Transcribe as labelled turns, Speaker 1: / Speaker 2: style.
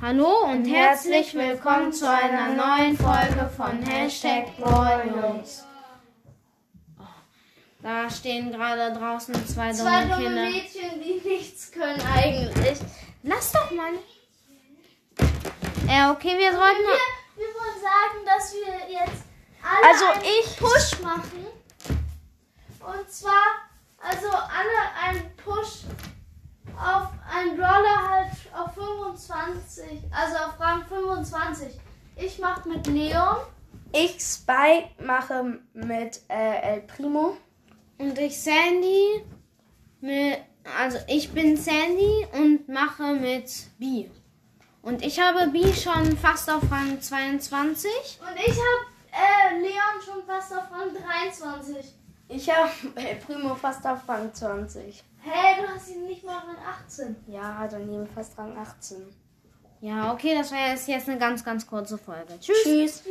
Speaker 1: Hallo und herzlich willkommen zu einer neuen Folge von Hashtag Boys. Da stehen gerade draußen zwei
Speaker 2: Zwei
Speaker 1: dumme
Speaker 2: dumme
Speaker 1: Kinder.
Speaker 2: Mädchen, die nichts können eigentlich.
Speaker 1: Lass doch mal. Äh, okay, wir sollten.
Speaker 2: Wir, wir wollen sagen, dass wir jetzt alle
Speaker 1: Also
Speaker 2: einen
Speaker 1: ich-
Speaker 2: Push machen. Und zwar, also alle einen Push auf einen Brawler halt auf 25, also auf Rang 25. Ich mach mit Leon.
Speaker 3: Ich Spy mache mit äh, El Primo.
Speaker 1: Und ich Sandy. Mit, also ich bin Sandy und mache mit B. Und ich habe B schon fast auf Rang 22.
Speaker 2: Und ich hab äh, Leon schon fast auf Rang 23.
Speaker 3: Ich habe El Primo fast auf Rang 20.
Speaker 2: Hey, du hast ihn nicht mal Rang 18.
Speaker 3: Ja, daneben fast Rang 18.
Speaker 1: Ja, okay, das war jetzt, jetzt eine ganz, ganz kurze Folge. Tschüss.
Speaker 3: Tschüss.